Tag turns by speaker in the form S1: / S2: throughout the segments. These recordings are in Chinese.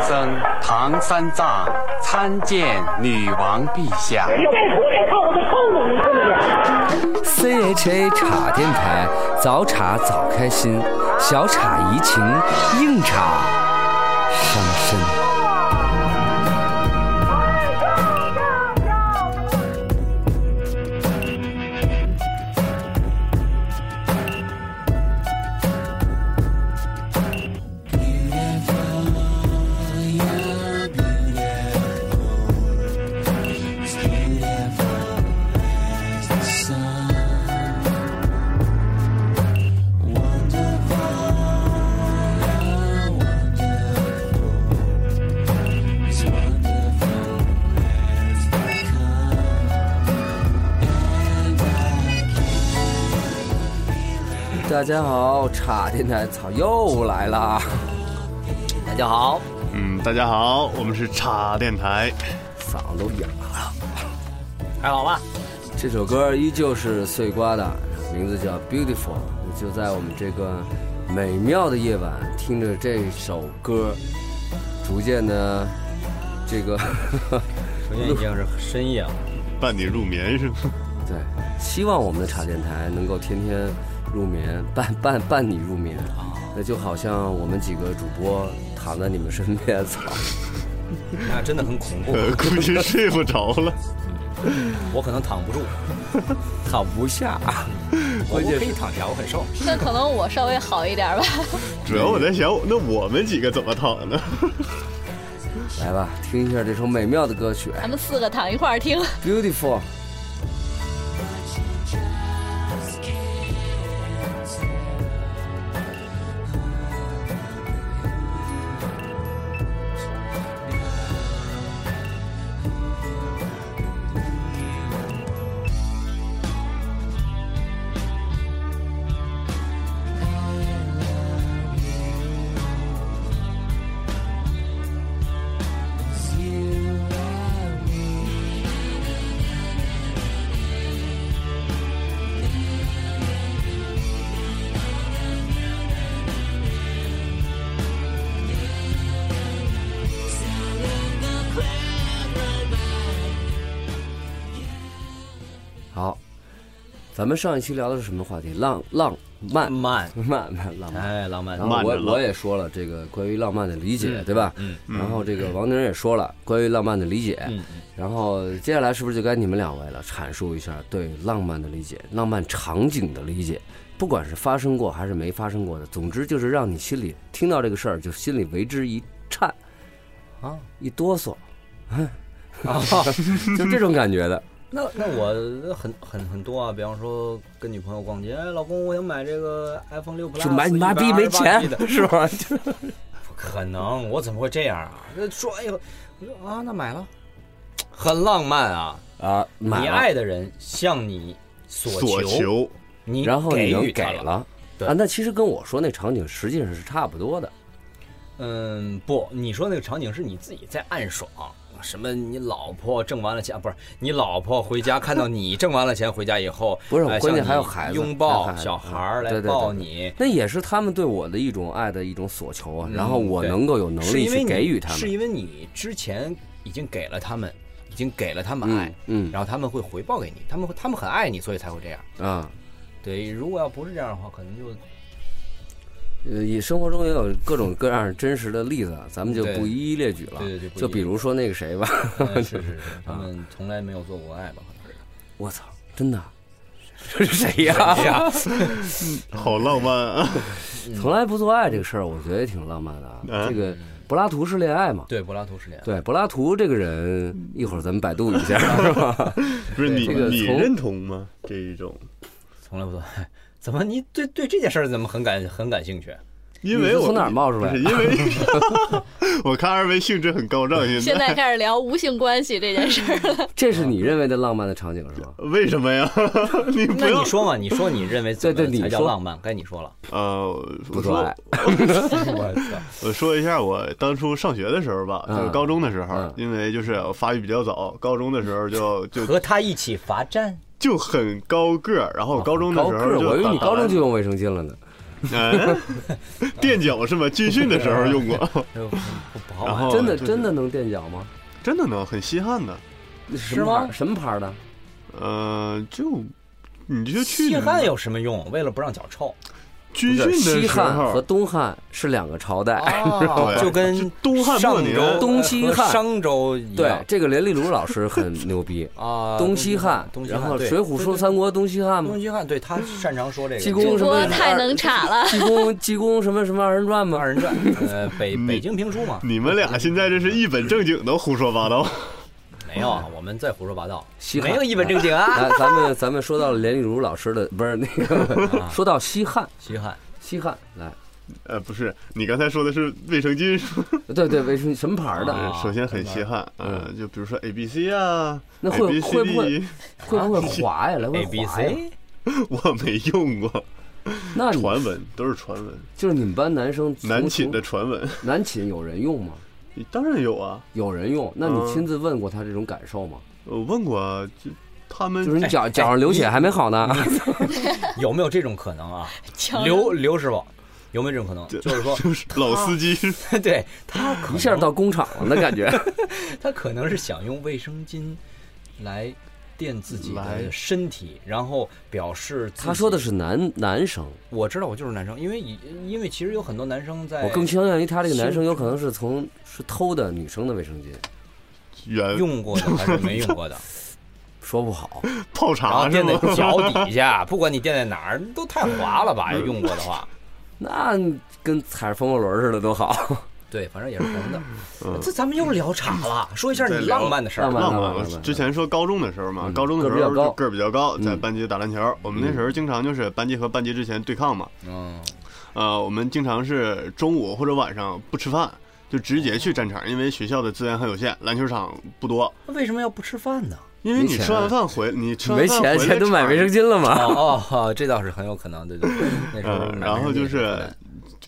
S1: 僧唐三藏参见女王陛下。
S2: CHA 茶电台，早茶早开心，小茶怡情，硬茶伤身。大家好，茶电台草又来了。大家好，
S3: 嗯，大家好，我们是叉电台。
S2: 嗓子都哑了。哎
S4: 还好吧？
S2: 这首歌依旧是碎瓜的，名字叫《Beautiful》。就在我们这个美妙的夜晚，听着这首歌，逐渐的，这个
S4: 首先已经是深夜了，
S3: 伴你入眠是吗？
S2: 对，希望我们的茶电台能够天天入眠， 伴伴伴你入眠。
S4: 哦
S2: 那就好像我们几个主播躺在你们身边， 操！
S4: 那真的很恐怖，
S3: 呃，估计睡不着了。
S4: 我可能躺不住，
S2: 躺不 下。
S4: 我不可以躺下，我很瘦。
S5: 那可能我稍微好一点吧。
S3: 主要我在想，那我们几个怎么躺呢？
S2: 来吧，听一下这首美妙的歌曲
S5: 咱们四个躺一块儿 听，
S2: 《Beautiful》。好，咱们上一期聊的是什么话题？浪浪漫
S4: 慢，
S2: 漫漫浪漫。
S4: 哎，浪漫
S2: 然，后
S3: 慢着
S2: 我
S3: 浪
S2: 我也说了这个关于浪漫的理解，
S4: 嗯
S2: 对吧？
S4: 嗯。
S2: 然后这个王宁也说了关于浪漫的理解，
S4: 嗯，
S2: 然后接下来是不是就该你们两位了？阐述一下对浪漫的理解，浪漫场景的理解，不管是发生过还是没发生过的，总之就是让你心里听到这个事儿就心里为之一颤，
S4: 啊
S2: 一哆嗦，
S4: 啊，
S2: 就这种感觉 的。
S4: 那那我很很很多啊，比方说跟女朋友逛街，哎，老公，我想买这个 iPhone 六 Plus，
S2: 就买你妈逼没钱
S4: 128 G 的，
S2: 是吧？就
S4: 不可能，我怎么会这样啊？那说哎呦，我说啊，那买了，很浪漫啊。
S2: 啊，买
S4: 你
S2: 了
S4: 爱的人向你所
S3: 所求，
S4: 你
S2: 然后你
S4: 给
S2: 能
S4: 予
S2: 给
S4: 他了。
S2: 了
S4: 对
S2: 啊，那其实跟我说那场景实际上是差不多的。
S4: 嗯，不，你说那个场景是你自己在暗爽，什么你老婆挣完了钱，啊不是你老婆回家看到你挣完了钱回家以后，
S2: 不是
S4: 哎
S2: 关键
S4: 向
S2: 还有孩
S4: 你
S2: 子
S4: 拥
S2: 还有
S4: 抱
S2: 孩子
S4: 小孩儿
S2: 对
S4: 来
S2: 对对
S4: 抱
S2: 对
S4: 你，
S2: 那也是他们对我的一种爱的一种所求啊，
S4: 嗯
S2: 然后我
S4: 对
S2: 能够有能
S4: 是
S2: 力
S4: 因为
S2: 去
S4: 你
S2: 给予他
S4: 是
S2: 们。
S4: 因为你之前已经给了他们，已经给了他们爱
S2: 嗯，嗯
S4: 然后他们会回报给你，他们会他们很爱你，所以才会这样。
S2: 啊，
S4: 对，如果要不是这样的话，可能就
S2: 呃，也生活中也有各种各样真实的例子，啊咱们就
S4: 对
S2: 不一一列举了
S4: 对对对。不
S2: 就
S4: 一一
S2: 比如说那个谁吧，
S4: 哎是是是，
S2: 啊
S4: 他们从来没有做过爱吧？可能是。
S2: 我操，真 的，这是谁呀？
S3: 好浪漫啊！
S4: 嗯
S2: 从来不做爱这个事儿，我觉得也挺浪漫的啊。
S3: 啊
S2: 这个柏拉图式恋爱嘛，
S4: 对，柏拉图式恋爱。
S2: 对，柏拉图这个
S4: 嗯
S2: 人，一会儿咱们百度一下，是吧？
S3: 不是你，
S2: 这个
S3: 你
S2: 从
S3: 认同吗？这一种，
S4: 从来不做。 怎么你对对这件事儿怎么很感很感兴趣？
S3: 因为
S2: 你是
S3: 我
S2: 从哪儿冒出来
S3: 不是因为 我看二位兴致很高涨，现
S5: 现
S3: 在
S5: 在开始聊无性关系这件事儿 了。
S2: 这是你认为的浪漫的场景是吗？
S3: 为什么呀？ 你不
S4: 那
S3: 要
S4: 你说嘛？你说你认为怎
S2: 对
S4: 么
S2: 对你
S4: 才叫
S2: 说
S4: 浪漫？该你说 了。
S3: 呃，
S2: 不
S3: 我
S2: 做
S3: 说
S2: 爱，
S4: 我操！
S3: 我呃说一下我当初上学的时候吧，就是
S2: 嗯
S3: 高中的时候
S2: 嗯，
S3: 因为就是我发育比较早，高中的时 候就就
S4: 和他一起罚站，
S3: 就很高个儿，然后我高中的
S2: 啊高
S3: 时
S2: 个
S3: 候
S2: 儿，
S3: 就
S2: 我以为
S3: 打
S2: 你高中
S3: 篮
S2: 就用卫生巾了呢。
S3: 嗯，垫脚是吗？军训的时候用过，
S4: 哎呦不不好
S3: 然
S4: 玩
S3: 后
S2: 真的
S3: 哦就是
S2: 真的能垫脚吗？
S3: 真的呢，很稀罕的。
S2: 什么牌
S4: 吗
S2: 儿什么牌儿的？
S3: 呃，就你就去
S4: 吸汗有什么用？为了不让脚 臭，
S3: 军训的
S2: 西
S3: 时
S2: 汉和
S3: 候，
S2: 东汉是两个朝代。
S4: 哦
S3: 对啊
S4: 就跟
S3: 东汉末
S4: 上
S3: 年
S4: 周、
S2: 啊
S4: 呃
S2: 东西
S4: 和
S2: 汉
S4: 商周一
S2: 对
S4: 样，。
S2: 这个连丽茹老师很牛逼
S4: 啊，
S2: 东西汉
S4: 东，西汉
S2: 然后《
S4: 对
S2: 水浒》
S4: 对
S2: 说
S4: 对
S2: 三国东西汉嘛
S4: 东，西汉，对他擅长说这个
S2: 济公
S5: 主
S2: 什么
S5: 播
S2: 人
S5: 太能插了，
S2: 济公济公什么什么二人转嘛，
S4: 二人转，呃，北北京评书嘛，
S3: 你们俩现在这是一本正经的胡说八道，
S4: 没有啊，我们在胡说八道，
S2: 西汉
S4: 没有一本正经啊。
S2: 来，咱们咱们说到了连丽如老师的，不是那
S4: 啊
S2: 个，说到西汉，
S4: 西汉，
S2: 西汉来，
S3: 呃，不是，你刚才说的是卫生巾，是吧
S2: 对对，为什么什么牌儿的？
S4: 啊
S3: 哎首先很稀罕，呃，就比如说 A B C 啊，
S2: 那会
S3: A B
S2: 会
S3: C
S2: 不会
S3: D，啊
S2: 会不会滑呀？来回
S4: A B
S2: 滑呀？
S4: C，
S3: 我没用过，
S2: 那你
S3: 传闻都是传闻，
S2: 就是你们班男生从
S3: 南寝的传闻，
S2: 南寝有人用吗？
S3: 当然有啊，
S2: 有人用，那你
S3: 嗯
S2: 亲自问过他这种感受吗？
S4: 嗯
S3: 我问过啊，就他们
S2: 就是你
S4: 哎
S2: 脚脚上流血还没好呢，
S4: 有没有这种可能啊？
S5: 强
S4: 刘刘师傅，有没有这种可能？就是说，
S3: 就是老司 机，
S4: 对他可
S2: 一下
S4: 能
S2: 到工厂了，那感 觉
S4: 他可能是想用卫生巾来垫自己的
S3: 来
S4: 身体，然后表示自己
S2: 他说的是男男生，
S4: 我知道我就是男生，因为以因为其实有很多男生在
S2: 我更倾向于他这个男生有可能是从是偷的女生的卫生巾，
S3: 原
S4: 用过的还是没用 过的，
S2: 说不好，
S3: 泡
S4: 然后
S3: 茶是
S4: 垫在
S2: 啊
S3: 吗？
S4: 脚底下，不管你垫在哪儿，都太滑了
S2: 嗯
S4: 吧？用过的话，
S2: 那跟踩着风火轮似的多好。
S4: 对，反正也是红的。这咱们又聊岔了，说一下你
S3: 再聊
S4: 浪漫的事儿
S2: 嗯浪漫
S4: 吧。
S2: 浪漫
S3: 浪漫。我
S2: 浪漫
S3: 之前说高中的时候嘛，
S2: 嗯
S3: 高中的时
S2: 个儿比较高
S3: 候个儿比较高，在
S2: 嗯
S3: 班级打篮球。我们那时候经常就是班级和班级之前对抗嘛，
S2: 哦
S4: 嗯，
S3: 呃，我们经常是中午或者晚上不吃饭，就直接去战场，因为学校的资源很有限，篮球场不多。
S4: 那为什么要不吃饭 呢？
S3: 因为
S2: 没
S3: 你
S2: 钱
S3: 吃完饭回，你吃完
S2: 没
S3: 饭
S2: 钱，
S3: 回来
S2: 钱都买
S3: 场
S2: 卫生巾了吗？
S4: 哦哦，这倒是很有可能，对对。对那时候
S3: 嗯，
S4: 买
S3: 然后就
S4: 那
S3: 是
S4: 个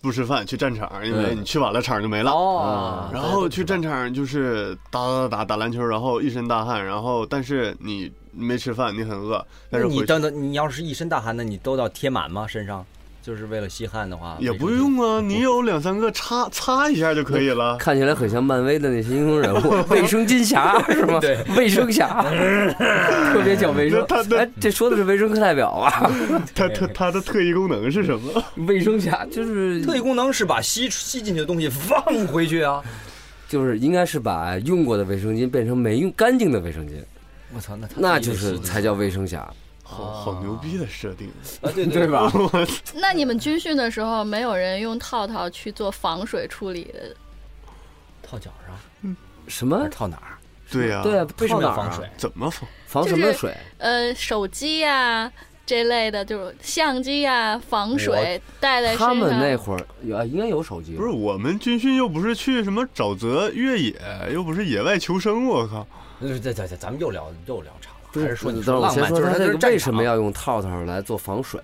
S3: 不吃饭去战场，因为
S2: 嗯
S3: 你去晚了场就没了。嗯
S4: 哦，
S3: 然后去战场就是打打打打篮球，然后一身大汗，然后但是你没吃饭，你很饿，但是
S4: 那你
S3: 回
S4: 等等，你要是一身大汗，那你都要贴满吗？身上就是为了吸汗的话，
S3: 也
S4: 卫生
S3: 不
S4: 巾
S3: 用啊，你有两三个擦擦一下就可以 了。
S2: 看起来很像漫威的那些英雄人 物，卫生巾侠是吗？
S4: 对，
S2: 卫生 侠，特别讲卫生
S3: 那他。那
S2: 哎，这说的是卫生课代表 啊，
S3: 它它它 的特异功能是什 么？
S2: 卫生侠就是
S4: 特异功能是把吸吸进去的东西放回去啊！
S2: 就是应该是把用过的卫生巾变成没用干净的卫生巾，
S4: 我操，那他
S2: 那就是才叫卫生侠。
S3: 好好牛逼的设定，
S4: 啊，对对吧？
S3: 哦
S5: 那你们军训的时候，没有人用套套去做防水处理的，
S4: 套脚上
S2: 什
S4: 还
S2: 么
S4: 是？套哪儿？
S3: 对呀，
S2: 对啊，
S4: 为什
S2: 泡
S4: 么
S2: 啊哪
S4: 要
S2: 儿
S4: 防
S2: 啊
S4: 水？？
S3: 怎么防？
S2: 防什么水？
S5: 呃，手机呀、这类的，就是相机呀、防水带在身上。
S2: 他们那会儿有啊应该有手机，
S3: 不是我们军训又不是去什么沼泽越野，又不是野外求生，我靠！
S4: 对对对，咱们又聊又聊岔了，
S2: 不
S4: 还是说你
S2: 等
S4: 说
S2: 会儿我
S4: 浪
S2: 先
S4: 漫
S2: 说
S4: 就是
S2: 他
S4: 它
S2: 这
S4: 是
S2: 个为什么要用套套来做防水？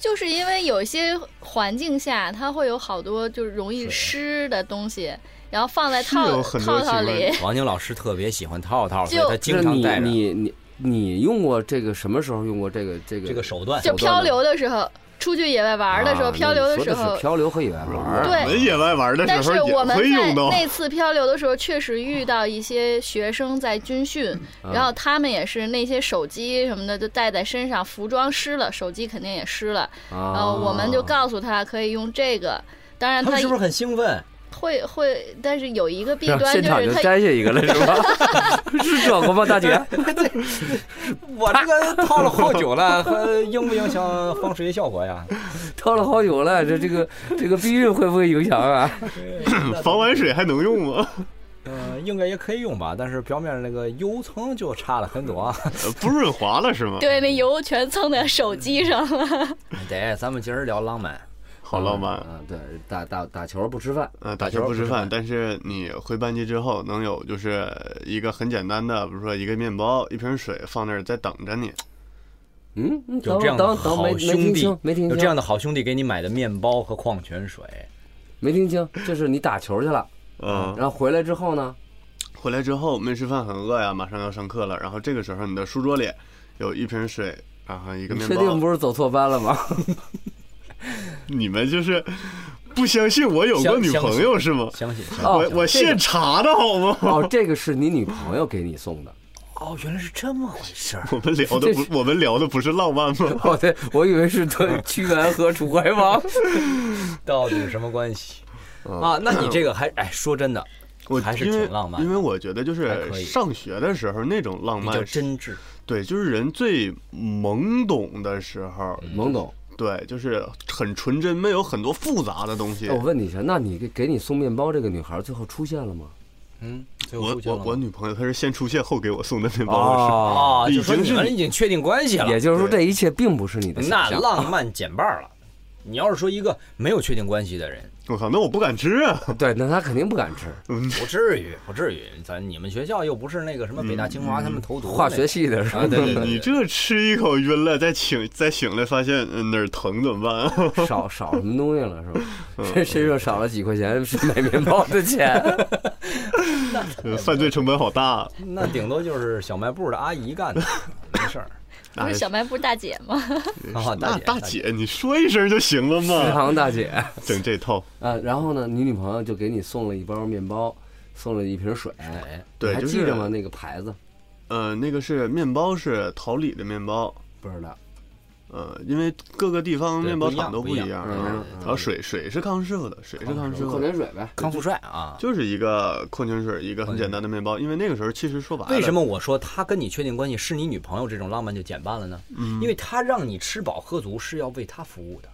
S5: 就是因为有一些环境下，它会有好多就是容易
S4: 水
S5: 湿的东西，然后放在
S3: 是
S5: 套
S3: 有很多
S5: 套套
S3: 情
S5: 里
S3: 况。
S4: 王晶老师特别喜欢套套，所以
S5: 就
S4: 他
S2: 就
S4: 经
S2: 是
S4: 常
S2: 你
S4: 带着
S2: 你你你用过这个什么时候用过这个这个
S4: 这个手段。
S5: 就
S2: 手段
S5: 漂
S2: 呢
S5: 流的时候，出去野外玩的时候，
S2: 啊
S5: 漂流
S2: 那你
S5: 的
S2: 说
S5: 时
S2: 的
S5: 候
S2: 是，漂流和野外玩儿，
S5: 对
S3: 我们野外玩的
S5: 但
S3: 时
S5: 是
S3: 候也
S5: 我们
S3: 会
S5: 在
S3: 用到。
S5: 那次漂流的时候，确实遇到一些学生在军训，然后他们也是那些手机什么的都带在身上，服装湿了，手机肯定也湿了，然
S2: 啊，
S5: 后我们就告诉他可以用这个。当然，
S4: 他
S5: 他
S4: 们是不是很兴奋？
S5: 会会，但是有一个弊
S2: 然后
S5: 端
S2: 现
S5: 就
S2: 场
S5: 是
S2: 就
S5: 他
S2: 摘下一个了，是吧？ 是这个吗，大姐？
S4: 我这个套了好久了， 还影不影响防水效果呀？
S2: 套了好久了，这这个这个避孕会不会影响啊？
S3: 防完水还能用吗？
S4: 呃，应该也可以用吧，但是表面那个油层就差了很多 啊。
S3: 呃不润滑了是吗？
S5: 对那油全蹭在手机上了。
S4: 对，咱们今儿聊浪漫，
S3: 好浪漫。
S2: 啊！对，打打打球不吃饭，
S3: 呃，打
S4: 球
S3: 球不
S4: 不
S3: 吃
S4: 吃
S3: 饭，但是你回班级之后能有就是一个很简单的，比如说一个面包、一瓶水放那儿在等着你。
S2: 嗯，嗯
S4: 有这样的
S2: 等等没
S4: 好
S2: 没
S4: 兄
S2: 听
S4: 弟
S2: 清，没，听
S4: 有
S2: 清，
S4: 这样的好兄弟给你买的面包和矿泉水，
S2: 没听清，就是你打球去了，
S3: 嗯，
S2: 然后回来之后呢，
S3: 回来之后没吃饭，很饿呀，马上要上课了。然后这个时候你的书桌里有一瓶水，然后一个
S2: 你
S3: 面
S2: 确定
S3: 包。
S2: 不是走错班了吗？
S3: 你们就是不相信我有过
S4: 相
S3: 女
S4: 相
S3: 朋
S4: 信
S3: 友是吗？
S4: 相信相信
S2: 哦
S3: 我我
S2: 这个
S3: 现查的好吗？
S2: 哦，这个是你女朋友给你送的。
S4: 哦，原来是这么回事儿。
S3: 我们聊的
S2: 这是
S3: 不，我们聊的不是浪漫吗？
S2: 哦，对， 我以为是对屈原和楚怀王。
S4: 到底有什么关系？啊，那你这个还哎，说真的，
S3: 嗯我
S4: 还是
S3: 因为
S4: 挺浪漫的
S3: 因为我觉得就
S4: 还
S3: 是
S4: 可以
S3: 上学的时候那种浪
S4: 比较
S3: 漫，
S4: 真挚。
S3: 对，就是人最懵懂的时候，
S4: 嗯
S2: 懵懂，
S3: 对，就是很纯真，没有很多复杂的东西
S4: 哎
S2: 那我。问你一下，那你给给你送面包这个女孩最后出现了吗？
S4: 嗯，最后
S3: 我
S4: 出去
S3: 我
S4: 了
S3: 我
S4: 吗
S3: 女朋友她是先出现后给我送的面包，
S2: 哦，
S4: 啊，就说
S3: 已经
S4: 你
S3: 是
S4: 们
S3: 你
S4: 已经确定关系了，
S2: 也就是说
S3: 对
S2: 这一切并不是你的想
S4: 那
S2: 象。
S4: 浪漫减半儿了。你要是说一个没有确定关系的人，
S3: 我靠，那我不敢吃啊！
S2: 对，那她肯定不敢吃。
S4: 不至于，不至于。咱你们学校又不是那个什么北大、清华他们投毒的
S2: 化
S4: 那
S2: 学系的是吧
S4: 啊，？对对对
S3: 你
S4: 对，
S3: 这吃一口晕了，再醒再醒来发现嗯哪儿疼怎么办啊？
S2: 少少什么东西了是吧？ 身身上少了几块钱是买面包的钱。
S3: 呃犯罪成本好大 啊。
S4: 那顶多就是小卖部的阿姨 干的，没事儿。
S5: 不是小卖部大姐吗？
S4: 啊
S3: 那
S4: 姐，
S3: 大
S4: 大姐，
S3: 姐，你说一声就行了
S2: 食
S3: 嘛，
S2: 堂大姐啊，
S3: 整这套。
S2: 然后呢，你女朋友就给你送了一包面包，送了一瓶水，
S3: 对
S2: 你还
S3: 就
S2: 记
S3: 是
S2: 着吗？那个牌子
S3: 呃，那个是面包是桃李的面包，
S2: 不知道。
S3: 呃，因为各个地方
S4: 对
S3: 面包厂都
S4: 不一样
S3: 一样
S2: 不一样
S3: 啊。
S2: 嗯
S3: 然后水水是康师傅的，水是康
S4: 哦
S3: 师傅
S2: 矿
S3: 的，
S2: 泉水呗。
S4: 康富帅啊。
S3: 就是一个矿泉水，一个很简单的面包。因为那个时候其实说白了，
S4: 为什么我说他跟你确定关系是你女朋友这种浪漫就减半了呢？因为他让你吃饱喝足是要为他服务的，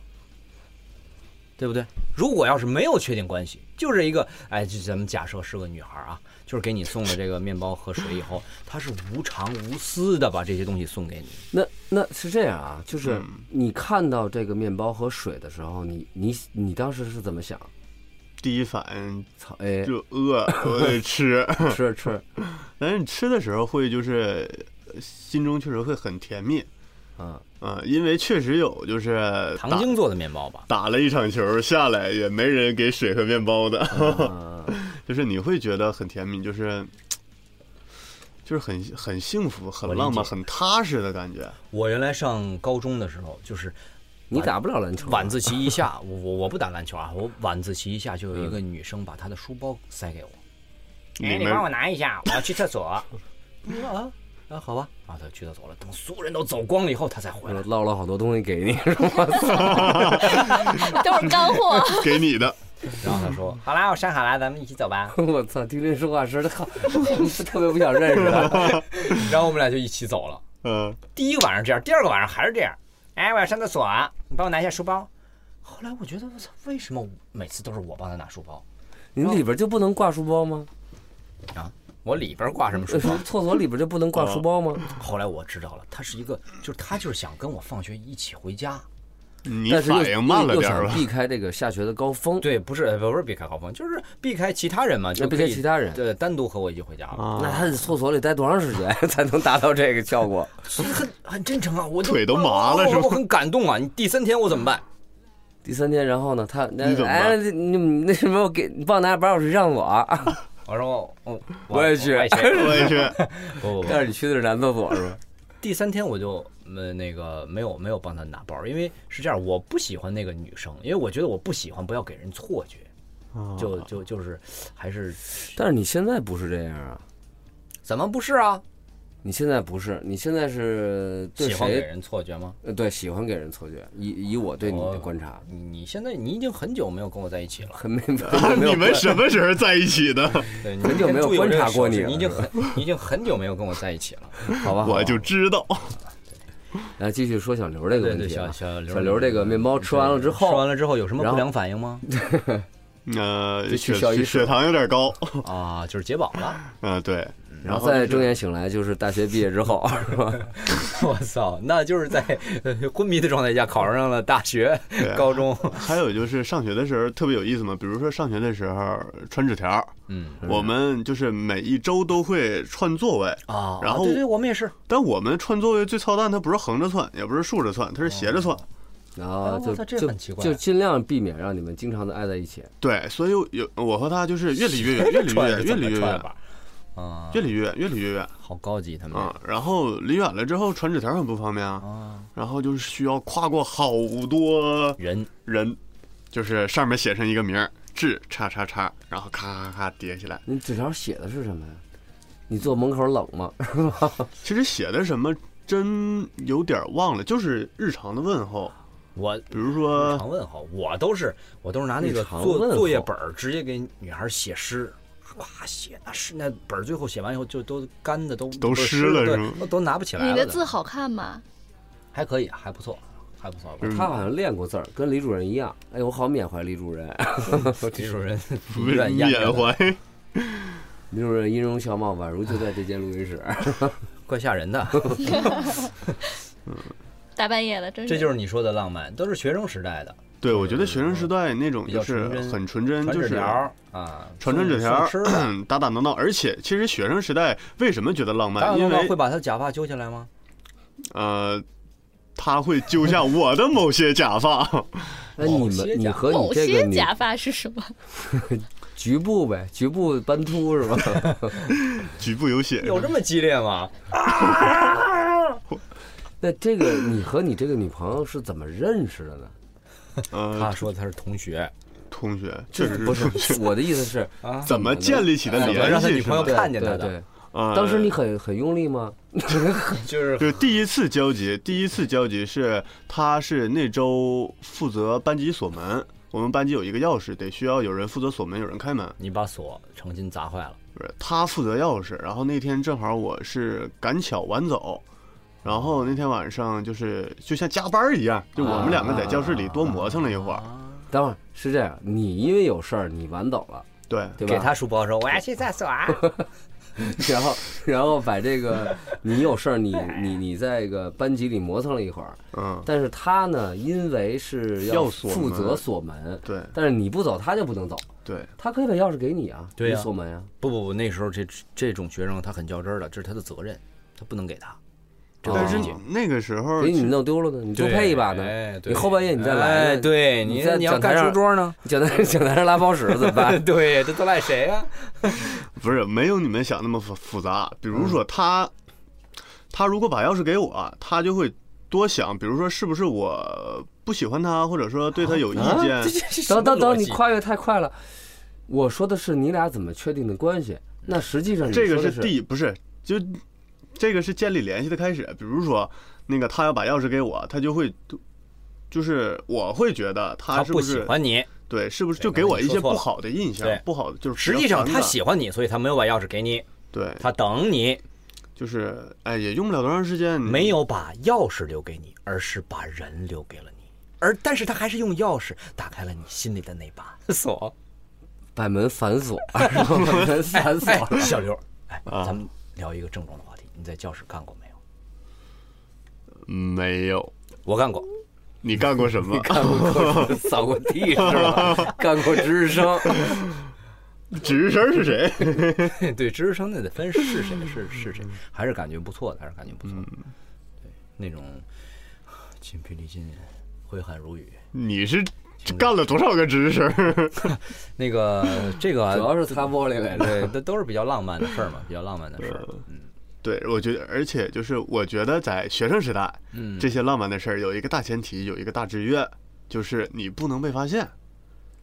S4: 对不对？如果要是没有确定关系，就是一个哎，就咱们假设是个女孩啊，就是给你送了这个面包和水以后，她是无偿无私的把这些东西送给 你，
S2: 那那是这样啊，就是
S3: 嗯
S2: 你看到这个面包和水的时候，你你你当时是怎么想？
S3: 第一反应
S2: 操，哎，
S3: 就饿，我得吃。
S2: 吃吃
S3: 但是你吃的时候会就是呃心中确实会很甜蜜
S2: 啊，
S3: 啊、因为确实有就是
S4: 嗯糖
S3: 打
S4: 精做的面包吧？
S3: 打了一场球下来也没人给水和面包的，
S2: 啊
S3: 就是你会觉得很甜蜜，就是就是很很幸福、很浪漫、很踏实的感觉。
S4: 我原来上高中的时候，就是
S2: 你打不了篮球啊，
S4: 晚自习一下，我我我不打篮球啊，我晚自习一下就有一个女生把她的书包塞给我，
S3: 嗯里面
S4: 拿一哎下，我要去厕所。 啊啊，好吧，啊，他去厕所了。等所有人都走光了以后，他才回来。
S2: 落了好多东西给你是吧？
S5: 都是干货。
S3: 给你的，
S4: 然后他说：“ 好啦，我上好啦，咱们一起走吧。
S2: 我操，听这说话声儿，靠，特别不想认识啊他。”
S4: 然后我们俩就一起走了。
S3: 嗯，
S4: 第一个晚上这样，第二个晚上还是这样。哎，我要上厕所，你帮我拿一下书包。后来我觉得，我操，为什么每次都是我帮他拿书包
S2: 你
S3: 哦
S2: 里边就不能挂书包吗？
S4: 啊？我里边挂什么书
S2: 呃
S4: 包？
S2: 厕所里边就不能
S3: 哦
S2: 挂书包吗？
S4: 后来我知道了，他是一个，就是他就是想跟我放学一起回家。
S3: 你
S2: 但是又
S3: 反应慢了
S2: 又
S3: 点儿
S2: 想
S3: 吧？
S2: 避开这个下学的高峰，
S4: 对，不是呃不是避开高峰，就是避开其他人嘛，就
S2: 避
S4: 可
S2: 开
S4: 以
S2: 其他人
S4: 对，单独和我一起回家了。
S2: 那
S3: 啊，
S2: 他在厕所里待多长时间才能达到这个效果？
S4: 所以很很真诚啊，我就
S3: 腿都麻了
S4: 我
S3: 是吧
S4: 我很感动啊！你第三天我怎么办？
S2: 第三天，然后呢？他那
S3: 你怎么办
S2: 哎，你那什么，我给你帮我拿把钥匙上我啊！
S4: 我说哦我
S2: 我也去
S4: 我也去。
S3: 我也是。
S4: 不不不
S2: 但，是你去的是男厕所 是吧？
S4: 第三天我就呃那个没有没有帮他拿包，因为是这样，我不喜欢那个女生，因为我觉得我不喜欢，不要给人错觉。就就就是还是
S2: 但是你现在不是这样啊！
S4: 怎么不是啊？
S2: 你现在不是，你现在是对
S4: 喜欢给
S2: 谁？
S4: 人错觉吗？
S2: 呃，对，喜欢给人错觉。以以我对你的
S4: 我
S2: 观察，
S4: 你你现在你已经很久没有跟我在一起了，
S2: 很 没 没有
S3: 你们什么时候在一起的？
S4: 对，你
S2: 很久没有
S4: 注意我这个
S2: 观察过
S4: 手势
S2: 你了
S4: 你已经很 你已经很久没有跟我在一起了。
S2: 好吧？好吧
S3: 我就知道，
S2: 来继续说小刘这个
S4: 对
S2: 问
S4: 对，
S2: 题啊。
S4: 小小刘
S2: 小刘这个面包吃完了之后
S4: 啊吃完了之后有什么
S2: 然后
S4: 不良反应吗？
S3: 呃，
S2: 就去
S3: 血
S2: 校医
S3: 血
S2: 室
S3: 血糖有点高，
S4: 啊，就是解饱了。
S3: 啊，对，
S2: 然后
S3: 然后
S2: 再
S3: 就是
S2: 睁眼醒来就是大学毕业之后， 是吧？
S4: 我操，那就是在 呃昏迷的状态下考上了大学、
S3: 啊
S4: 高中。
S3: 还有就是上学的时候特别有意思嘛，比如说上学的时候传纸条儿，
S4: 嗯
S3: 我们就是每一周都会串座位，
S4: 啊，
S3: 然后
S4: 对对，我们也是。
S3: 但我们串座位最操蛋，它不是横着窜，也不是竖着窜，它是斜着窜。
S2: 然后
S4: 哎
S2: 就
S4: 我操这
S2: 就
S4: 很奇怪
S2: 就尽量避免让你们经常的爱在一起。
S3: 对，所以有我和他就是越离越哎远，越 离越
S4: 串
S3: 远，越离越远，
S4: 吧。啊，
S3: 越离越远，越离越远
S4: 好高级，他们
S3: 啊！然后离远了之后传纸条很不方便啊，
S4: 啊，
S3: 然后就是需要跨过好多
S4: 人
S3: 人，就是上面写上一个名儿，志叉叉叉，然后咔咔咔叠起来。
S2: 你纸条写的是什么呀？你坐门口冷吗？
S3: 其实写的什么真有点忘了，就是日常的问候，
S4: 我
S3: 比如说
S4: 常问候，我都是我都是拿那个
S2: 日常问
S4: 作
S2: 候
S4: 作业本儿直接给女孩写诗，哇写那诗那本儿最后写完以后就都干的都
S3: 都湿了是吗
S4: 对，都拿不起来了。
S5: 你的字好看吗？
S4: 还可以，还不错，还不错吧。
S3: 嗯
S2: 他好像练过字儿，跟李主任一样。哎，我好缅怀李主任。
S4: 李主 任有
S3: 为
S4: 点压
S3: 缅
S4: 抑，
S3: 怀。
S2: 李主任音容笑貌，宛如就在这间录音室。
S4: 怪吓 人的。
S5: 大半夜的，真
S4: 这
S5: 是
S4: 就是你说的浪漫，都是学生时代 的，
S3: 对，我觉得学生时代那种
S4: 比
S3: 就
S4: 较
S3: 是
S4: 纯真
S3: 很纯真，
S4: 传
S3: 就
S4: 纸
S3: 是
S4: 条儿啊，
S3: 传传纸条儿
S4: 送吃的。
S3: 打打闹闹。而且，其实学生时代为什么觉得浪
S4: 打打
S3: 漫？
S4: 闹
S3: 因
S4: 闹
S3: 为
S4: 会把他假发揪起 来吗？
S3: 呃，他会揪下我的某些假发。
S2: 那你
S4: 某些
S2: 们，你
S4: 假
S2: 和你
S5: 某
S2: 这个
S5: 些
S2: 你
S5: 假发是什么？
S2: 局部呗，局部斑秃是吧？
S3: 局部有血，
S4: 有这么激烈吗？
S2: 那这个你和你这个女朋友是怎么认识的呢？
S4: 他
S3: 呃，
S4: 说他是同学，
S3: 同学确实
S2: 不 是我的意思是，
S4: 啊
S3: 怎么建立起的
S4: 怎么
S3: 联
S4: 让他
S3: 系
S4: 女
S3: 是
S4: 朋友
S3: 吗？
S2: 对
S4: 看见他
S2: 对
S4: 的
S2: 对，
S3: 呃
S2: 当时你很很用力吗？
S4: 就是
S3: 就是第一次交集，第一次交集是他是那周负责班级锁门，我们班级有一个钥匙，得需要有人负责锁门，有人开门。
S4: 你把锁诚心砸坏了。
S3: 不是他负责钥匙，然后那天正好我是赶巧晚走，然后那天晚上就是就像加班儿一样，就我们两个在教室里多磨蹭了一会儿。
S2: 等会儿是这样，你因为有事儿你晚走了，
S3: 对，
S2: 对吧？
S4: 给他书包说我要去厕所啊，
S2: 然后然后把这个你有事儿，你 你你在一个班级里磨蹭了一会儿，
S3: 嗯，
S2: 但是他呢，因为是
S3: 要锁
S2: 负责
S3: 门
S2: 锁门，
S3: 对
S2: 但是你不走，他就不能走，
S3: 对，
S2: 他可以把钥匙给你啊，
S4: 对呀
S2: 你锁门啊，
S4: 不不不，那时候这这种学生他很较真儿的，这是他的责任，他不能给他。这
S2: 哦
S4: 个
S3: 但是
S4: 理解
S3: 嗯那个时候
S2: 给你弄丢了呢，你多配一把呢
S4: 哎，
S2: 你
S4: 对
S2: 后半夜你再来，
S4: 哎，对
S2: 你
S4: 你
S2: 在
S4: 你要
S2: 讲台
S4: 干
S2: 上
S4: 书 桌呢？
S2: 讲台讲台上拉包屎怎么办？
S4: 对，这都赖谁啊呀？
S3: 不是没有你们想那么复复杂。比如
S4: 嗯
S3: 说他，他如果把钥匙给我，他就会多想，比如说是不是我不喜欢他，或者说对他有意
S2: 啊
S3: 见。
S2: 等等等，你跨越太快了。我说的是你俩怎么确定的关
S4: 嗯
S2: 系？那实际上你
S3: 这个
S2: 说的
S3: 是第不是就这个是建立联系的开始。比如说那个他要把钥匙给我，他就会就是我会觉得他
S4: 他
S3: 是
S4: 不
S3: 是
S4: 喜欢你，
S3: 对是不是
S4: 对
S3: 就给我一些
S4: 刚才你说错
S3: 不
S4: 了
S3: 好的印象
S4: 对，
S3: 不好的就是
S4: 实
S3: 比较
S4: 际上
S3: 反
S4: 他
S3: 感
S4: 喜欢你，所以他没有把钥匙给你，
S3: 对
S4: 他等你，
S3: 就是哎也用不了多长时间，
S4: 没有把钥匙留给你，而是把人留给了你。而但是他还是用钥匙打开了你心里的那把锁。
S2: 百门反锁， 百门反锁。
S4: 哎， 小刘，哎，
S3: 啊
S4: 咱们聊一个郑重的话题，你在教室干过没有？
S3: 没有。
S4: 我干 过，
S3: 你干过什 么？
S2: 干过扫过地是吧？干过值日 生，
S3: 值日生是谁？
S4: 对，值日生那得分是谁是是谁，还是感觉不错的，还是感觉不错的。对，那种筋疲力尽，挥汗如雨。
S3: 你是干了多少个值日生？
S4: 那个 这个啊
S2: 主要是擦玻璃来着。
S4: 对，都都是比较浪漫的事儿嘛，比较浪漫的事儿。
S3: 对，我觉得，而且就是我觉得在学生时代，
S4: 嗯，
S3: 这些浪漫的事儿有一个大前提，有一个大制约，就是你不能被发现。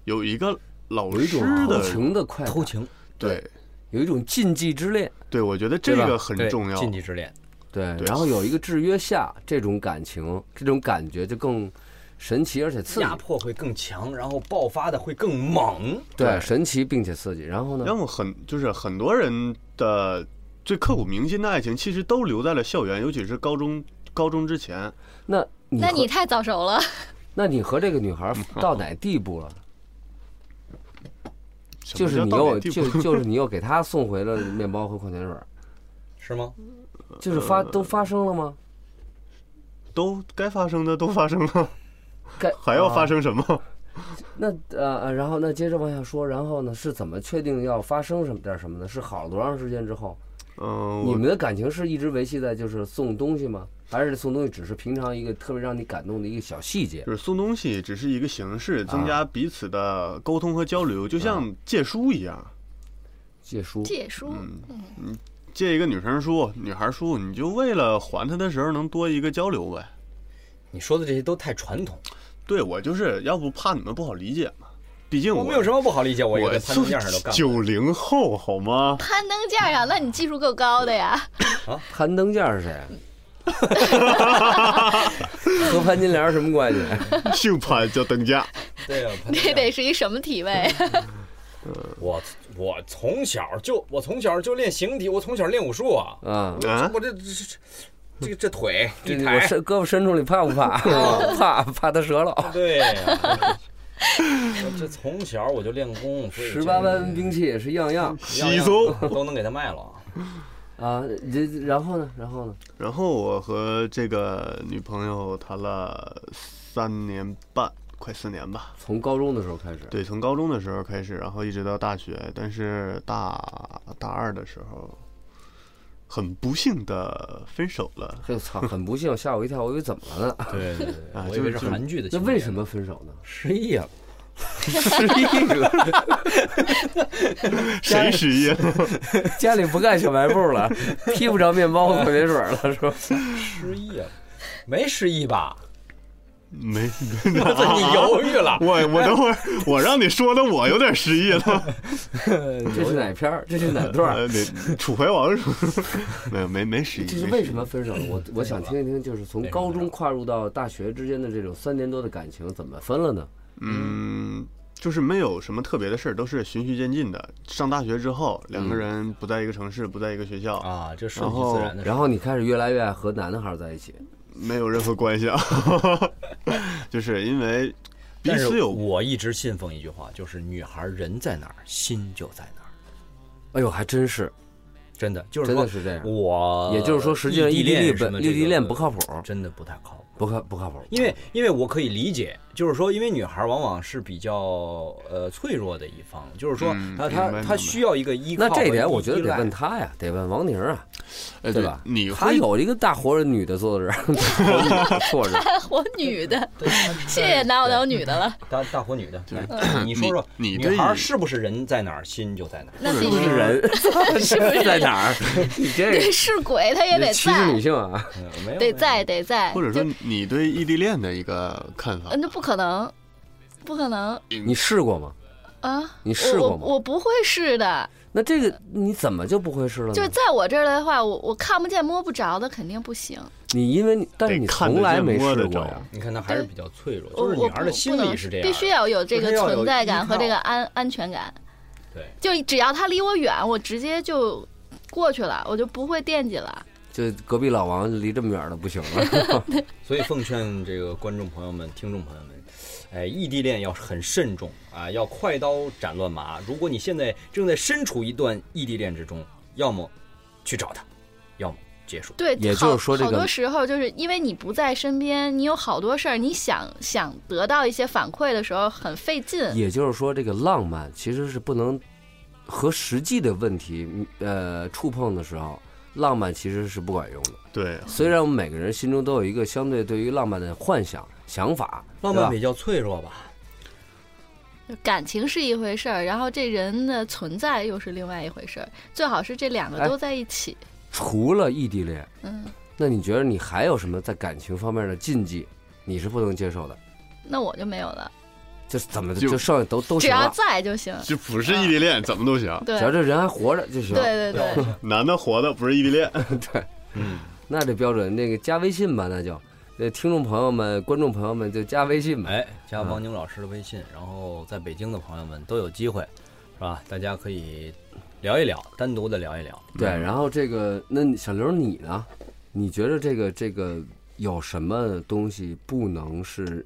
S3: 有一个老
S2: 有一
S3: 师
S2: 种偷
S3: 的，
S2: 情的快感
S4: 偷，情，
S3: 对
S2: 有一种禁忌之恋，
S3: 对，我觉得这
S2: 对吧
S3: 个很
S4: 对
S3: 重要。
S4: 禁忌之恋。
S2: 对。
S3: 对
S2: 然后有一个制约下，这种感情，这种感觉就更神奇而且刺激
S4: 压。迫会更强，然后爆发的会更猛。
S2: 对，
S3: 对
S2: 神奇并且刺激。然后呢？
S3: 要么很就是很多人的最刻骨铭心的爱情，其实都留在了校园，尤其是高中高中之前。
S2: 那你
S5: 那
S2: 和
S5: 你太早熟了，
S2: 那你和这个女
S3: 嗯
S2: 孩到哪地步了？
S3: 什么
S2: 就是
S3: 叫
S2: 你
S3: 到
S2: 又
S3: 哪地步
S2: 就就是你又给她送回了面包和矿泉水儿，
S4: 是吗？
S3: 呃
S2: 就是发都发生了吗？
S3: 都该发生的都发生了，
S2: 该
S3: 还要发
S2: 啊
S3: 生什么？
S2: 那呃，呃然后那接着往下说，然后呢是怎么确定要发生什么点儿什么呢？是好了多长时间之后？
S3: 嗯，
S2: 你
S3: 我
S2: 们的感情是一直维系在就是送东西吗？还是送东西只是平常一个特别让你感动的一个小细节？
S3: 就是送东西只是一个形式，增加彼此的沟通和交流，就像借书一样。
S2: 借书
S5: 借书。
S3: 借一个女生书、女孩书，你就为了还她的时候能多一个交流呗。
S4: 你说的这些都太传统，
S3: 对我就是要不怕你们不好理解嘛，毕竟
S4: 我
S3: 我
S4: 们有什么不好理解？我也
S3: 我
S4: 在攀登架上都干过。
S3: 九零后好吗？
S5: 攀登架上，那你技术够高的呀。
S2: 攀登架是谁 啊？和潘金莲什么关系？啊
S3: 姓潘叫登架，
S4: 对啊呀、攀登
S5: 这
S4: 架
S5: 得是一什么体位？
S4: 我我从小就我从小就练形体，我从小练武术啊。
S2: 啊，
S3: 啊
S4: 我这这这这这腿
S2: 这
S4: 一
S2: 我
S4: 抬，
S2: 伸胳膊伸出来怕不 怕？ 怕怕他折了。
S4: 对呀、我这从小我就练功，所以
S2: 十八般兵器也是样样
S4: 样
S3: 稀
S4: 样
S3: 松。
S4: 都能给他卖了。
S2: 啊。这然后呢？然后呢？
S3: 然后我和这个女朋友谈了三年半，快四年吧。
S2: 从高中的时候开始，
S3: 对，从高中的时候开始，然后一直到大学，但是大大二的时候，很不幸的分手 了。
S2: 嘿，操，很不幸，吓我一跳，我以为怎么了 呢？
S4: 对对对，
S3: 啊
S4: 我以
S3: 就
S4: 为
S3: 是
S4: 是韩剧的
S2: 那
S4: 情节。
S2: 为什么分手呢？
S4: 失忆了？
S2: 失忆了，
S3: 谁失忆了？
S2: 家里不干小卖部了，踢不着面包 和矿泉水了，是吧？
S4: 失忆了？没失忆 吧？
S3: 没，
S4: 我操，你犹豫了？
S3: 我我等会儿我让你说的我有点失忆 了。
S2: 这是哪片儿？这是哪段 儿？
S3: 呃，得楚怀王是不是 没有没没失忆。
S2: 这是
S3: 没
S2: 为
S3: 失
S2: 什
S3: 忆
S2: 么分手呢？我我想听一听，就是从高中跨入到大学之间的这种三年多的感情，怎么分了呢？
S3: 嗯，就是没有什么特别的事儿，都是循序渐进的。上大学之后，两个人不在一个城市，不在一个学校，
S4: 嗯啊，这顺
S3: 然
S4: 其
S3: 后
S4: 自然的事。
S2: 然后你开始越来越爱和男孩儿在一起，
S3: 没有任何关 系啊。 就是因为彼
S4: 但是
S3: 此有
S4: 我一直信奉一句话，就是女孩人在哪儿，心就在哪儿。
S2: 哎呦，还真是，
S4: 真的就是
S2: 真
S4: 说
S2: 的是这样。
S4: 我
S2: 也就是说，实际上
S4: 异
S2: 异地
S4: 恋
S2: 恋
S4: 什么
S2: 本
S4: 这
S2: 异地
S4: 个
S2: 恋不靠谱，
S4: 真的不太靠谱。
S2: 不靠不靠谱。
S4: 因为因为我可以理解，就是说，因为女孩往往是比较呃脆弱的一方，就是说
S3: 嗯
S4: 她
S3: 明白
S4: 她她
S3: 明白
S4: 需要一个依靠
S2: 那
S4: 和依。
S2: 这一点，我觉得
S4: 依
S2: 得
S4: 赖
S2: 问他呀，得问王宁啊，
S3: 呃
S2: 对吧？
S3: 你
S2: 他
S3: 会
S2: 有一个大活人女的坐在这儿， 坐着，
S5: 我女的，
S4: 啊对她是
S5: 这也拿我当女的了。
S4: 大大火女的，来 你说说，
S3: 你
S4: 女
S3: 对
S4: 孩是不是人在哪儿，心就在哪儿？
S5: 那
S3: 是
S5: 必
S2: 是不
S5: 须
S2: 是人？
S5: 是不是
S2: 在哪儿？ 你这
S5: 对，是鬼，他也
S2: 你
S5: 得
S2: 歧视女
S5: 在，
S2: 性啊！
S4: 嗯没有
S5: 得在，得在。
S3: 或者
S5: 就
S3: 说，你对异地恋的一个看法
S4: 啊
S5: 呃，
S4: 嗯
S5: 那不可能，不可能
S2: 你试过吗？
S5: 啊！
S2: 你试
S5: 我
S2: 过
S5: 我
S2: 吗
S5: 我不会试的，
S2: 那这个你怎么就不会
S4: 嗯
S2: 试了
S5: 就是
S2: 呢？
S5: 在我这儿的话，我我看不见摸不着的肯定不行。
S2: 你因为你，但是你
S3: 得看得
S2: 从来
S3: 见
S2: 没
S3: 摸
S2: 试
S3: 得
S2: 过
S3: 着
S2: 呀。
S4: 你看她还是比较脆弱，
S5: 我
S4: 就是
S5: 我
S4: 女孩
S5: 不
S4: 的
S5: 不
S4: 心理
S5: 能
S4: 是这样的，
S5: 必须要有这
S4: 就是
S5: 个
S4: 要有
S5: 存在感
S4: 依
S5: 和这
S4: 靠
S5: 个安安全感。
S4: 对，
S5: 就只要他离我远，我直接就过去了，我就不会惦记了。
S2: 就隔壁老王离这么远了，不行 了。
S4: 所以奉劝这个观众朋友们、听众朋友们，哎，异地恋要很慎重啊，要快刀斩乱麻。如果你现在正在身处一段异地恋之中，要么去找他，要么结束。
S5: 对，
S2: 也
S5: 好
S2: 就是说这
S5: 好
S2: 个
S5: 多时候就是因为你不在身边，你有好多事儿，你想想得到一些反馈的时候很费劲。
S2: 也就是说，这个浪漫其实是不能和实际的问题呃触碰的时候，浪漫其实是不管用的。
S3: 对，
S2: 虽然我们每个人心中都有一个相对对于浪漫的幻想想法，
S4: 浪
S2: 对吧
S4: 漫比较脆弱吧？
S5: 感情是一回事儿，然后这人的存在又是另外一回事儿，最好是这两个
S2: 哎
S5: 都在一起。
S2: 除了异地恋，
S5: 嗯，
S2: 那你觉得你还有什么在感情方面的禁忌，你是不能接受的？
S5: 那我就没有了，
S2: 就是怎么
S3: 就
S2: 就剩下都都
S5: 只
S2: 行
S5: 要
S2: 了，
S5: 在就行。
S3: 就不是异地恋怎么都行，
S5: 对
S2: 只要这人还活着就行。
S5: 对对对，
S3: 男的活的不是异地恋，
S4: 嗯，
S2: 那这标准，那个加微信吧，那就，呃，听众朋友们、观众朋友们就加微信吧。
S4: 哎，加王宁老师的微信，然后在北京的朋友们都有机会，是吧？大家可以聊一聊，单独的聊一聊。
S2: 对，然后这个，那你小刘你呢？你觉得这个这个有什么东西不能是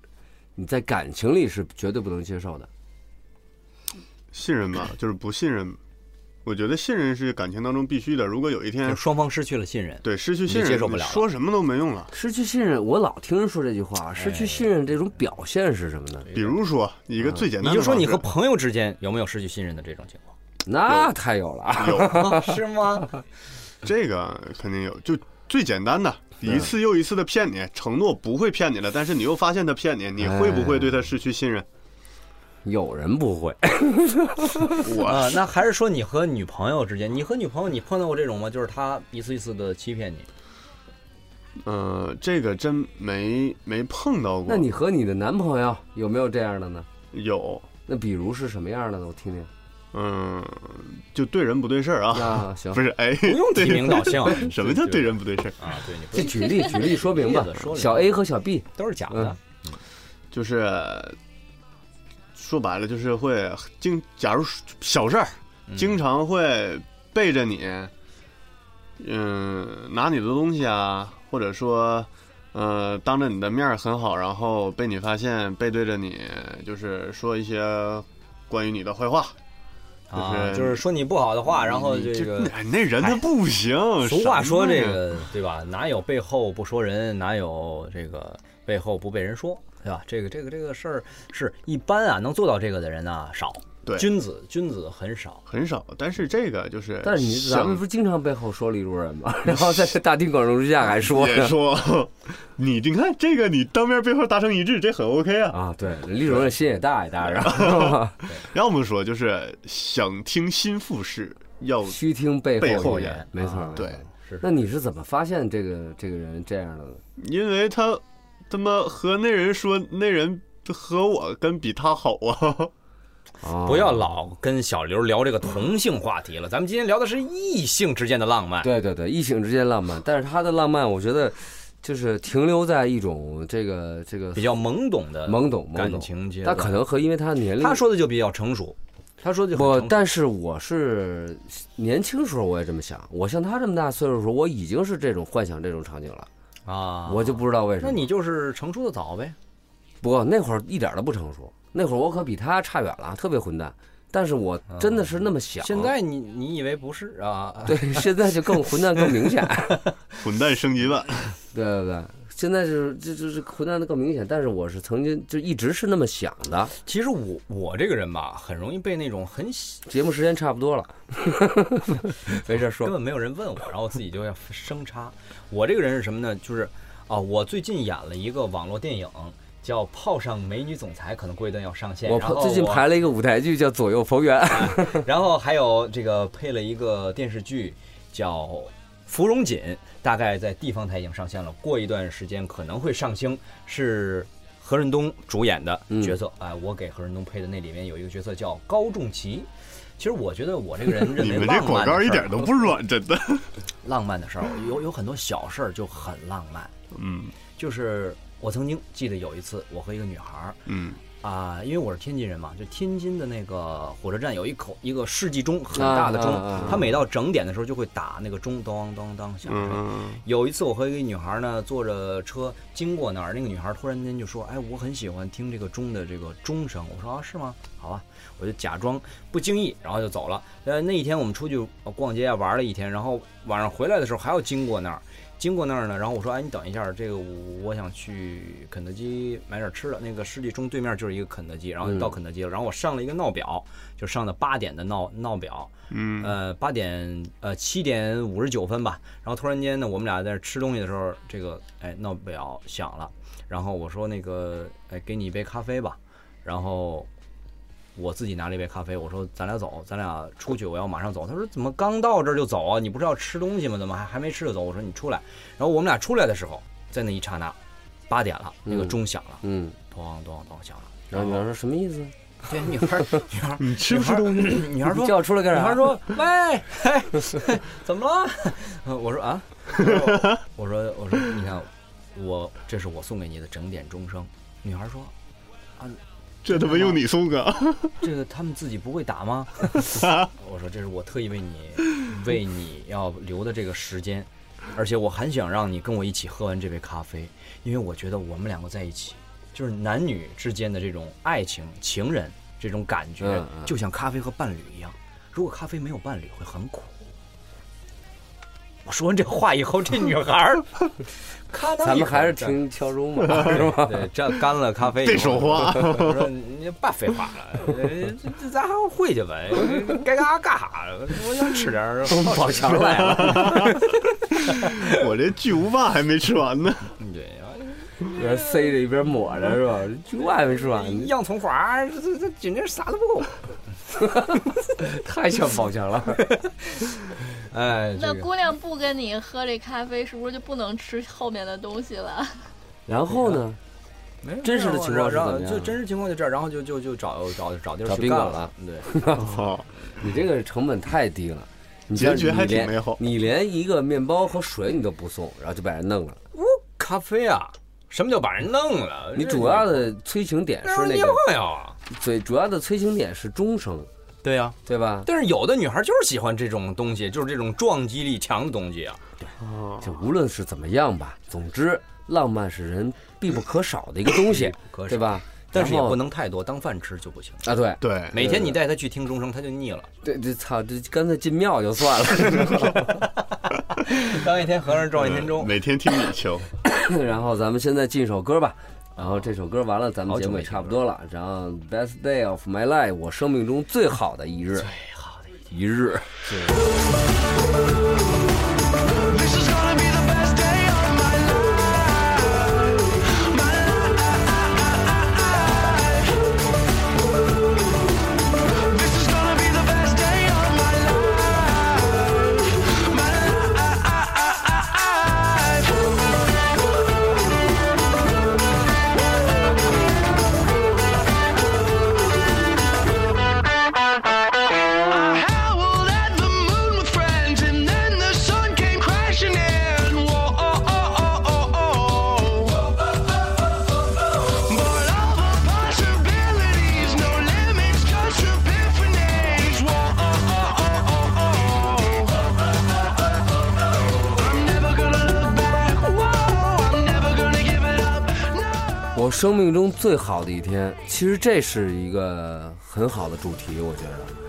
S2: 你在感情里是绝对不能接受的？
S3: 信任吧，就是不信任。我觉得信任是感情当中必须的。如果有一
S4: 就
S3: 天
S4: 双方失去了信任，
S3: 嗯对失去信
S4: 你
S3: 任，
S4: 接受不了了
S3: 说什么都没用了。
S2: 失去信任，我老听人说这句话，失去信任这种表现是什么呢？
S3: 比如说一个最简
S4: 嗯你
S3: 单的方式，
S4: 就说你和朋友之间有没有失去信任的这种情况？
S2: 那太有了啊！
S4: 啊是吗？
S3: 这个肯定有，就最简单 的一次又一次的骗你，承诺不会骗你了，但是你又发现他骗你，你会不会对他失去信任？
S2: 有人不会，
S3: 我
S4: 啊，那还是说你和女朋友之间，你和女朋友你碰到过这种吗？就是她一次一次的欺骗你，
S3: 呃，这个真没没碰到过。
S2: 那你和你的男朋友有没有这样的呢？
S3: 有，
S2: 那比如是什么样的呢？我听听。
S3: 嗯，就对人不对事儿啊，
S2: 那 行
S3: 不，是？哎，，
S4: 不用提名道姓啊
S3: 什么叫对人不对事儿？
S4: 啊？对你不
S2: 这
S4: 用
S2: 举例举例说 明吧
S4: 例子说。明哎
S2: 小 A 和小 B
S4: 都是假的
S2: 嗯，
S3: 就是
S4: 啊
S3: 说白了，就是会经，假如小事儿，
S4: 嗯
S3: 经常会背着你，嗯、拿你的东西啊，或者说，呃，当着你的面儿很好，然后被你发现背对着你，就是说一些关于你的坏话。
S4: 啊，
S3: 嗯就是
S4: 就是说你不好的话，啊然后
S3: 你
S4: 这
S3: 就
S4: 个
S3: 哎那人他不行。
S4: 俗话
S3: 什
S4: 说
S3: 么
S4: 这
S3: 呀，
S4: 个对吧？哪有背后不说人，哪有这个背后不被人说，对吧？这个这个这个事儿是一般啊，能做到这个的人啊少，
S3: 对
S4: 君子君子很少。
S3: 很少，但是这个就是，
S2: 但是你咱们不是经常背后说李主任吗？然后在这大庭广众之下还说
S3: 也
S2: 呢
S3: 说，你你看这个，你当面背后达成一致，这很 OK 啊。
S2: 啊，对，李主任心也大一大，然后
S3: 要么说就是想听心腹事，要
S2: 虚听背
S3: 背
S2: 后
S3: 后
S2: 言
S3: 言，
S2: 没错
S4: 啊，
S2: 没
S3: 对
S2: 错
S4: 是
S2: 那你是怎么发现这个这个人这样的呢？
S3: 因为他他妈和那人说，那人和我跟比他好啊。
S2: 哦
S4: 不要老跟小刘聊这个同性话题了，咱们今天聊的是异性之间的浪漫。
S2: 对对对，异性之间浪漫，但是他的浪漫，我觉得就是停留在一种这个这个
S4: 比较懵懂的
S2: 懵懂懵
S4: 感
S2: 懂，
S4: 情阶
S2: 他
S4: 段，
S2: 可能和因为他的年龄，
S4: 他说的就比较成熟，他说的就
S2: 不
S4: 很，成熟
S2: 但是我是年轻时候我也这么想，我像他这么大岁数的时候，我已经是这种幻想这种场景了，
S4: 啊，
S2: 我就不知道为什么。
S4: 那你就是成熟的早呗。
S2: 不，那会儿一点都不成熟，那会儿我可比他差远了，特别混蛋。但是我真的是那么想，
S4: 啊现在你你以为不是啊？
S2: 对，现在就更混蛋更明显。
S3: 混蛋升级版，
S2: 对对对，现在就是这就是混蛋的更明显，但是我是曾经就一直是那么想的。
S4: 其实我我这个人吧，很容易被那种很 喜
S2: 节目时间差不多了，没事
S4: 根
S2: 说。
S4: 本没有人问我，然后我自己就要生插。我这个人是什么呢？就是啊，我最近演了一个网络电影，叫《泡上美女总裁》，可能过一段要上线。
S2: 我
S4: 然后
S2: 最近
S4: 我
S2: 排了一个舞台剧叫《左右逢源》，
S4: 然后还有这个配了一个电视剧叫《芙蓉锦》，大概在地方台已经上线了，过一段时间可能会上星，是何润东主演的
S3: 嗯
S4: 角色。哎、我给何润东配的那里面有一个角色叫高仲奇。其实我觉得我 这个人认
S3: 你
S4: 为
S3: 们
S4: 浪漫
S3: 这
S4: 的
S3: 广告一
S4: 事儿
S3: 点都不软，真的。
S4: 浪漫的事儿，有有很多小事儿就很浪漫。
S3: 嗯
S4: 就是我曾经记得有一次，我和一个女孩儿
S3: 嗯，
S4: 啊、因为我是天津人嘛，就天津的那个火车站有一口一个世纪钟，很大的钟，
S2: 啊啊啊啊
S4: 它每到整点的时候就会打那个钟，当当当响。
S3: 嗯，
S4: 有一次，我和一个女孩呢坐着车经过那儿，那个女孩突然间就说：“哎，我很喜欢听这个钟的这个钟声。”我说：“啊，是吗？好吧。”我就假装不经意，然后就走了。呃，那一天我们出去呃逛街啊，玩了一天，然后晚上回来的时候还要经过那儿，经过那儿呢，然后我说：“哎，你等一下，这个我我想去肯德基买点吃的。那个世纪钟对面就是一个肯德基，然后就到肯德基了。然后我上了一个闹表，就上的八点的闹闹表，
S3: 嗯
S4: 呃，八点呃七点五十九分吧。然后突然间呢，我们俩在这吃东西的时候，这个哎闹表响了，然后我说那个哎给你一杯咖啡吧，然后我自己拿了一杯咖啡，我说咱俩走，咱俩出去，我要马上走。他说怎么刚到这儿就走啊？你不是要吃东西吗？怎么还还没吃就走？我说你出来。然后我们俩出来的时候，在那一刹那，八点了，那个
S2: 嗯
S4: 钟响了，
S2: 嗯，
S4: 咚咚咚响了。
S2: 然后你要说什么意思？
S4: 对，女 孩儿，女孩儿，
S3: 你吃不吃
S4: 女孩儿
S3: 东西？
S4: 女孩儿说
S2: 你叫我出来干啥？
S4: 女孩说：“喂，嘿 嘿怎么了？”我说：“啊，我说我说，你看，我这是我送给你的整点钟声。”女孩说
S3: 这他妈用你送啊？：“
S4: 这个他们自己不会 打吗？”我说：“这是我特意为你为你要留的这个时间，而且我很想让你跟我一起喝完这杯咖啡，因为我觉得我们两个在一起，就是男女之间的这种爱情、情人这种感觉，
S2: 嗯嗯
S4: 就像咖啡和伴侣一样。如果咖啡没有伴侣，会很苦。”我说完这话以后，这女孩儿，咔当
S2: 咱
S4: 一
S2: 们
S4: 口
S2: 还是
S4: 这
S2: 听敲钟吧， 是吧？
S4: 对，这干了咖啡以后
S3: 别说话
S4: 我说你别废话了，呃这这咱还是回去呗，该干啥干啥。我想吃点儿
S2: 宝强来了，
S3: 我这巨无霸还没吃完呢。
S4: 对，
S2: 一边塞着一边抹着，是吧？就外面是吧？你
S4: 洋葱花，这这这啊 简直啥都不够。
S2: 太像宝强了。
S4: 哎，这
S5: 那
S4: 个
S5: 姑娘不跟你喝这咖啡，是不是就不能吃后面的东西了？
S2: 然后呢，
S4: 没有
S2: 真实的情况是怎
S4: 然后
S2: 么样啊
S4: 就真实情况就这儿，然后就就就找找找地
S2: 找
S4: 儿去
S2: 宾
S4: 干
S2: 馆了
S4: 了，对。
S3: 哦，
S2: 你这个成本太低了，你
S3: 结局
S2: 这
S3: 还
S2: 你连
S3: 挺美好
S2: 你连一个面包和水你都不送，然后就把人弄了。
S4: 咖啡啊，什么叫把人弄了？
S2: 你主要的催情点
S4: 这
S2: 是那
S4: 尿
S2: 个，
S4: 呀，
S2: 最主要的催情点是终生，
S4: 对呀、
S2: 对啊吧？
S4: 但是有的女孩就是喜欢这种东西，就是这种撞击力强的东西啊。
S2: 就无论是怎么样吧，总之，浪漫是人必不可少的一个东西
S4: 可，少
S2: 对吧？
S4: 但是也
S2: 然后
S4: 不能太多，当饭吃就不行。
S2: 啊，对
S3: 对，
S4: 每天你带她去听钟声，她就腻了。
S2: 对对，操，这干脆进庙就算了。
S4: 当一天和尚撞一天钟。
S3: 每天听你求，
S2: 然后咱们现在进一首歌吧，然后这首歌完了，咱们
S4: 好
S2: 节
S4: 久
S2: 目
S4: 没
S2: 也
S4: 听
S2: 差不多了。然后，Best Day of My Life，我生命中最好的一日，最好的一日。
S6: I howled at the moon with friends, and then the sun came crashing in. Whoa, oh, oh, oh, oh, oh. But all the possibilities, no limits, just epiphanies. Whoa, oh, oh, oh, oh, oh. I'm never gonna look back. Whoa, I'm never gonna give it up. No.
S2: 我生命中最好的一天，其实这是一个很好的主题，我觉得。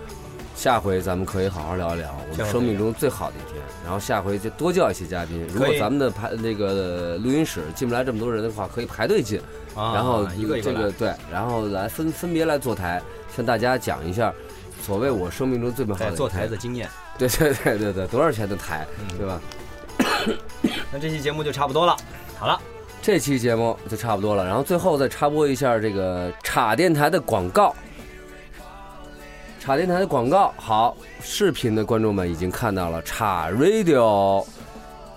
S2: 下回咱们可以好好聊一聊我
S4: 下
S2: 们
S4: 回
S2: 生命中最好的一天，然后下回就多叫一些嘉宾。如果
S4: 可以
S2: 咱们的排那个录音室进不来这么多人的话，可以排队进，
S4: 啊
S2: 然后
S4: 一个一个
S2: 这个
S4: 来
S2: 对，然后来分分别来坐台，向大家讲一下所谓我生命中最美好的
S4: 在
S2: 一
S4: 坐
S2: 天
S4: 台的，嗯经验。
S2: 对对对对对，多少钱的台，对吧？
S4: 那这期节目就差不多了。好了，
S2: 这期节目就差不多了，然后最后再插播一下这个叉电台的广告。叉电台的广告，好，视频的观众们已经看到了叉 Radio，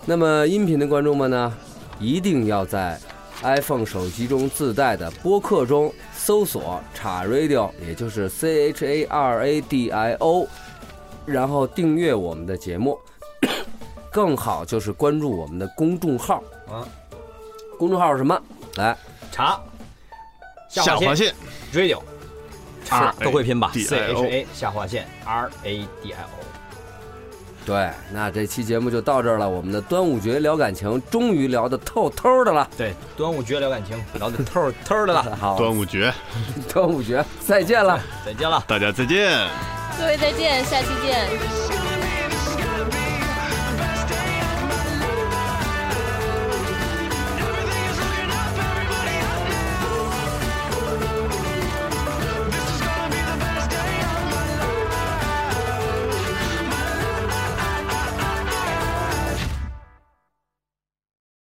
S2: 那么音频的观众们呢，一定要在 iPhone 手机中自带的播客中搜索叉 Radio，也就是 C H A R A D I O，然后订阅我们的节目， 更好就是关注我们的公众号。
S4: 啊，
S2: 公众号是什么？来，
S4: 茶
S3: 下划
S4: 划线
S3: 线啊哎
S4: radio R 都会拼吧
S3: D
S4: ？C
S3: I O
S4: H A 下划线 R A D I O。
S2: 对，那这期节目就到这儿了。我们的端午节聊感情，终于聊得透透的了。
S4: 对，端午节聊感情聊得 透透的了，
S2: 好，
S3: 端午节，
S2: 端午节再见了。
S4: 再见了。
S3: 大家再见。
S5: 各位再见，下期见。
S6: Sing